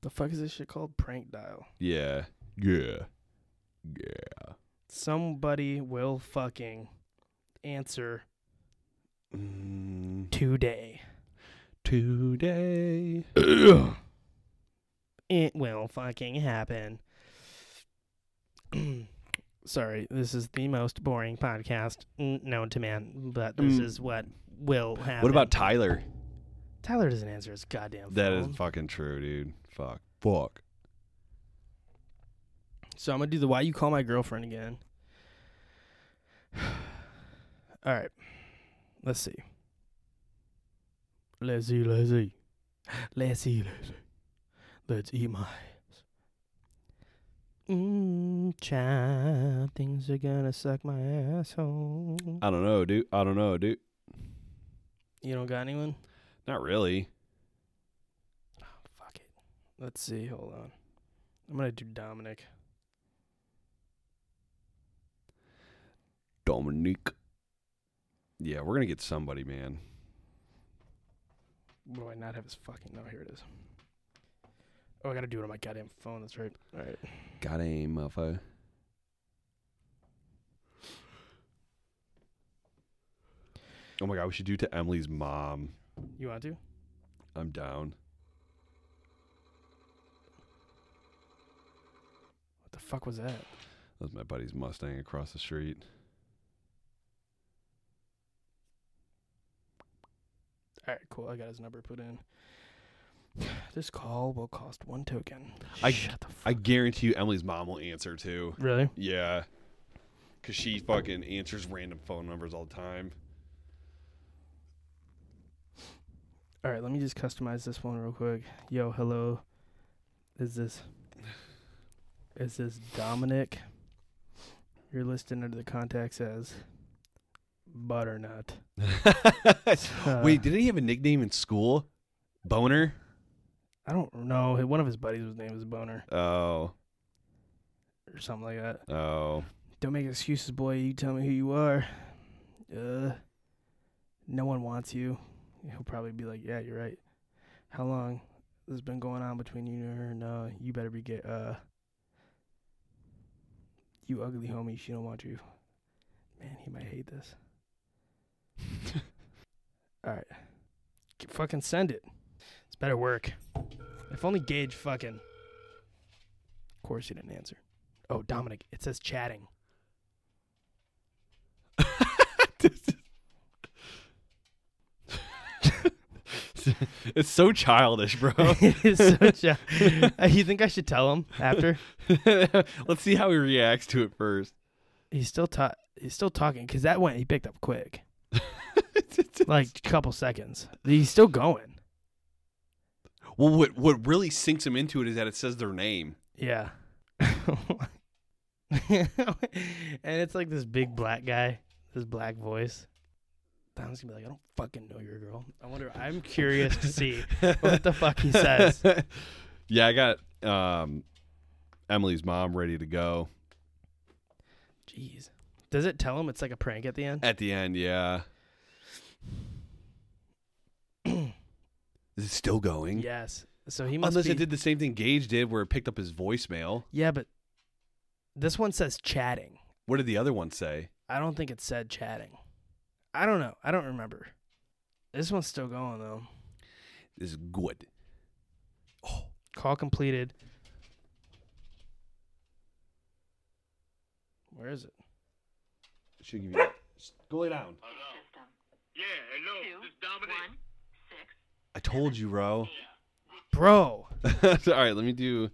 A: The fuck is this shit called? Prank dial.
B: Yeah. Yeah. Yeah.
A: Somebody will fucking answer
B: Mm.
A: today.
B: Today.
A: it will fucking happen. Sorry, this is the most boring podcast mm, known to man, but this
B: Mm.
A: is what will happen.
B: What about Tyler?
A: Tyler? Doesn't answer his goddamn.
B: That
A: phone.
B: is fucking true, dude. Fuck. Fuck.
A: So I'm gonna do the why you call my girlfriend again. All right, let's see. Let's see, let's see, let's see, let's see. Let's eat my. ass. Mm, child, things are gonna suck my asshole.
B: I don't know, dude. I don't know, dude.
A: You don't got anyone?
B: Not really.
A: Fuck it. Let's see. Hold on. I'm gonna do Dominic.
B: Dominique. Yeah, we're gonna get somebody, man.
A: What do I not have his fucking? No, here it is. Oh, I gotta do it on my goddamn phone. That's right. All right.
B: Got aim, motherfucker. Oh my god, we should do to Emily's mom.
A: You want to?
B: I'm down.
A: What the fuck was that?
B: That's my buddy's Mustang across the street.
A: All right, cool. I got his number put in. This call will cost one token.
B: I-
A: Shut the fuck.
B: I guarantee you, Emily's mom will answer too.
A: really?
B: Yeah, cause she fucking answers random phone numbers all the time.
A: All right, let me just customize this one real quick. Yo, hello. Is this is this Dominic? You're listed under the contacts as Butternut.
B: Wait, didn't he have a nickname in school? Boner.
A: I don't know. One of his buddies was named as Boner
B: Oh,
A: or something like that.
B: oh.
A: Don't make excuses, boy. You tell me who you are. Uh, no one wants you. He'll probably be like, "Yeah, you're right." How long this has been going on between you and her? No, you better be get uh. You ugly homie, she don't want you. Man, he might hate this. All right, K- fucking send it. It's better work. If only Gage fucking. Of course he didn't answer. Oh, Dominic, it says chatting.
B: It's so childish, bro.
A: It's such a- Uh, you think I should tell him after?
B: Let's see how he reacts to it first.
A: He's still ta- he's still talking because that went he picked up quick, like a couple seconds. He's still going.
B: well, what what really sinks him into it is that it says their name.
A: Yeah. and it's like this big black guy, this black voice. Dom's gonna be like, I don't fucking know your girl. I wonder. I'm curious to see what the fuck he says.
B: yeah, I got um, Emily's mom ready to go
A: Jeez. Does it tell him it's like a prank at the end?
B: at the end. Yeah, is it still going?
A: Yes. So he must
B: Unless
A: be.
B: Oh, it did the same thing Gage did, where it picked up his voicemail.
A: Yeah, but this one says chatting.
B: What did the other one say?
A: I don't think it said chatting. I don't know. I don't remember. This one's still going though.
B: This is good.
A: Call completed. Where is it?
B: Should give you. Go lay down.
E: Hello.
F: system.
E: Yeah, hello.
F: Two,
E: This is Dominic.
F: one, six,
B: I told you, bro.
A: Bro,
B: All right, let me do.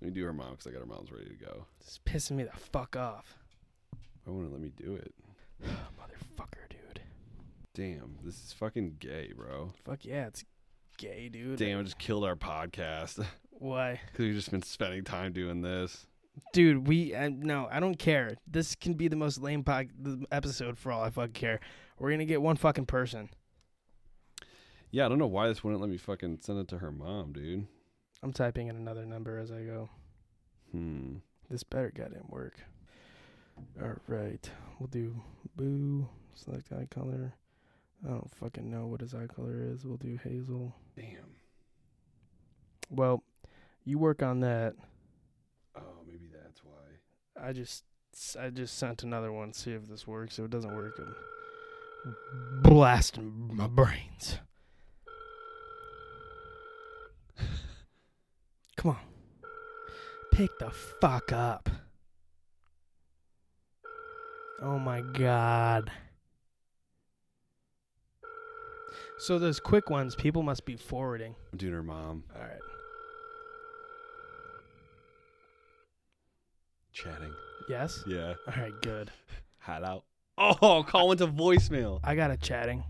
B: Let me do her mom because I got her mom's ready to go.
A: this is pissing me the fuck off.
B: I want to let me do it.
A: Motherfucker, dude.
B: Damn, this is fucking gay, bro.
A: Fuck yeah, it's gay, dude.
B: Damn, it just killed our podcast because
A: Why?
B: we've just been spending time doing this.
A: Dude, we uh, no, I don't care. This can be the most lame pod- the episode for all I fucking care. We're going to get one fucking person.
B: Yeah, I don't know why this wouldn't let me fucking send it to her mom, dude.
A: I'm typing in another number as I go.
B: Hmm.
A: This better goddamn work. All right, we'll do boo. Select eye color. I don't fucking know what his eye color is. We'll do hazel.
B: Damn.
A: Well, you work on that.
B: Oh, maybe that's why.
A: I just I just sent another one. See if this works. If it doesn't work, I'm blasting my brains. Come on, pick the fuck up. Oh my god. So those quick ones, people must be forwarding.
B: I'm doing her mom
A: All right.
B: chatting.
A: Yes.
B: Yeah.
A: All right. Good.
B: Hat out. Oh, call into voicemail,
A: I got a chatting.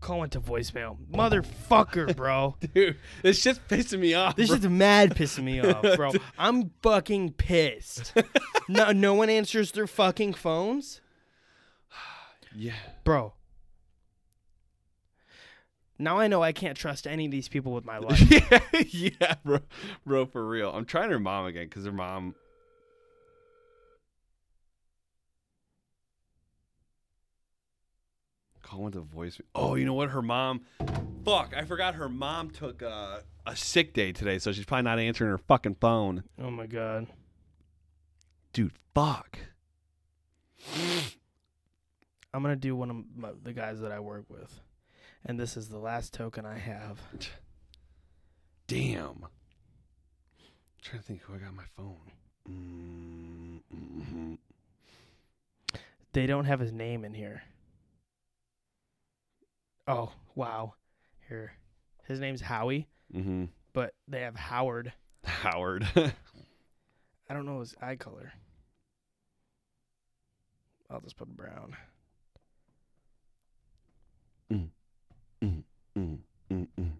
A: Call went to voicemail. Motherfucker, bro.
B: dude. This shit's pissing me off.
A: This
B: bro.
A: is mad pissing me off, bro. I'm fucking pissed. No, no one answers their fucking phones,
B: yeah.
A: bro. Now I know I can't trust any of these people with my life.
B: yeah, yeah, bro, bro, for real. I'm trying her mom again because her mom. Call into voice. Oh, you know what? Her mom. Fuck, I forgot her mom took uh, a sick day today, so she's probably not answering her fucking phone.
A: Oh my god.
B: Dude, fuck.
A: I'm gonna do one of my, the guys that I work with, and this is the last token I have.
B: Damn. I'm trying to think who I got on my phone. Mm, mhm.
A: They don't have his name in here. Oh wow, here, his name's Howie.
B: Mhm.
A: but they have Howard.
B: Howard. Mm-hmm.
A: I don't know his eye color. I'll just put brown.
B: Mm, mm, mm, mm.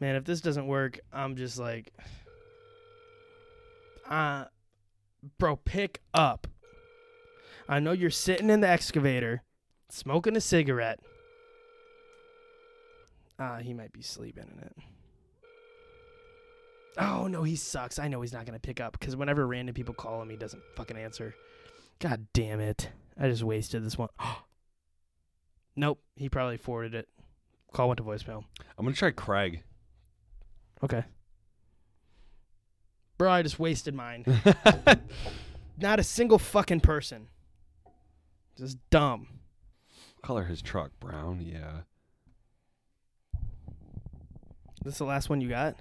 A: Man, if this doesn't work, I'm just like, uh, bro, pick up. I know you're sitting in the excavator, smoking a cigarette. Ah, he might be sleeping in it. Oh no, he sucks. I know he's not gonna pick up because whenever random people call him, he doesn't fucking answer. God damn it! I just wasted this one. nope, he probably forwarded it. Call went to voicemail.
B: I'm gonna try Craig.
A: Okay. Bro, I just wasted mine. Not a single fucking person. Just dumb.
B: Color his truck brown. Yeah.
A: This is the last one you got?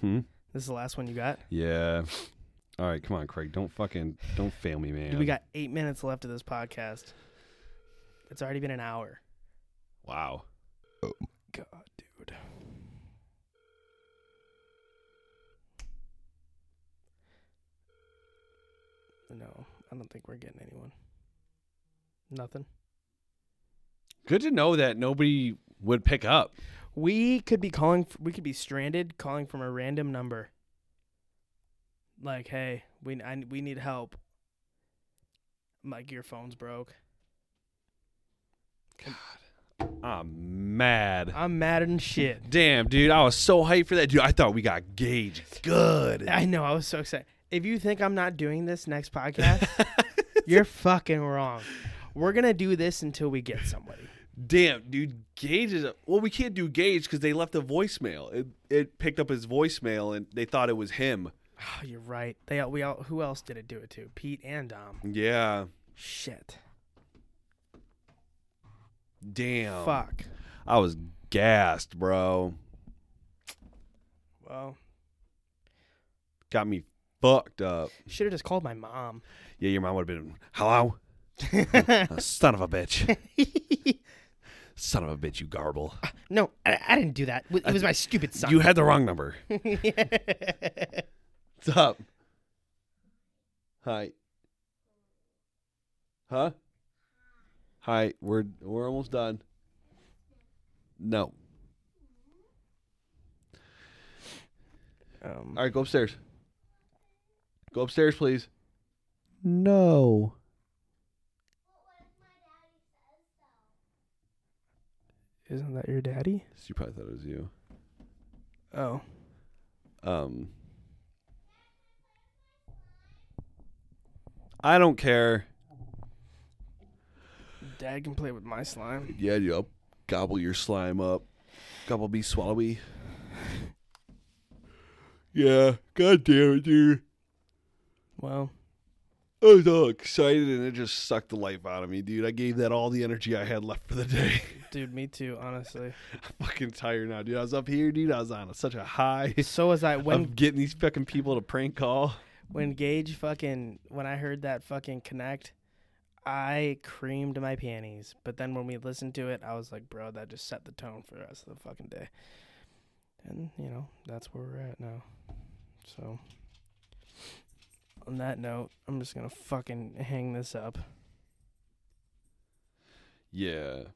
B: Hmm.
A: This is the last one you got?
B: Yeah. All right, come on, Craig. Don't fucking don't fail me, man.
A: Dude, we got eight minutes left of this podcast. It's already been an hour.
B: wow.
A: God, dude. No, I don't think we're getting anyone. Nothing.
B: Good to know that nobody would pick up.
A: We could be calling. f- We could be stranded calling from a random number. Like, hey, we I, we need help. Like your phone's broke.
B: I'm mad.
A: I'm mad and shit.
B: Damn, dude, I was so hyped for that, dude. I thought we got Gage. Good.
A: I know. I was so excited. If you think I'm not doing this next podcast, you're fucking wrong. We're gonna do this until we get somebody.
B: Damn, dude, Gage is. A, well, we can't do Gage because they left a voicemail. It, it picked up his voicemail and they thought it was him.
A: Oh, you're right. They all- we all who else did it do it to? Pete and Dom.
B: Yeah.
A: Shit.
B: Damn.
A: Fuck.
B: I was gassed, bro.
A: Well,
B: Got me fucked up.
A: should have just called my mom.
B: Yeah, your mom would have been, hello? "Uh, Son of a bitch. Son of a bitch, you garble.
A: No, I, I didn't do that. It was my stupid son.
B: You had the wrong number. What's up? Hi. Huh? Hi, we're we're almost done. No.
A: um,
B: All right, go upstairs. Go upstairs, please. No.
A: isn't that your daddy?
B: You probably thought it was you.
A: Oh,
B: Um I don't care.
A: dad can play with my slime.
B: Yeah, you up. Gobble your slime up. Gobble be swallowy. Yeah, god damn it, dude.
A: Well,
B: I was all excited and it just sucked the life out of me, dude. I gave that all the energy I had left for the day.
A: dude, me too, honestly.
B: I'm fucking tired now, dude. I was up here, dude. I was on such a high
A: So was I when
B: of getting these fucking people to prank call.
A: when Gage fucking when I heard that fucking connect, I creamed my panties. But then when we listened to it, I was like, bro, that just set the tone for the rest of the fucking day. And you know that's where we're at now. So on that note, I'm just gonna fucking hang this up.
B: Yeah.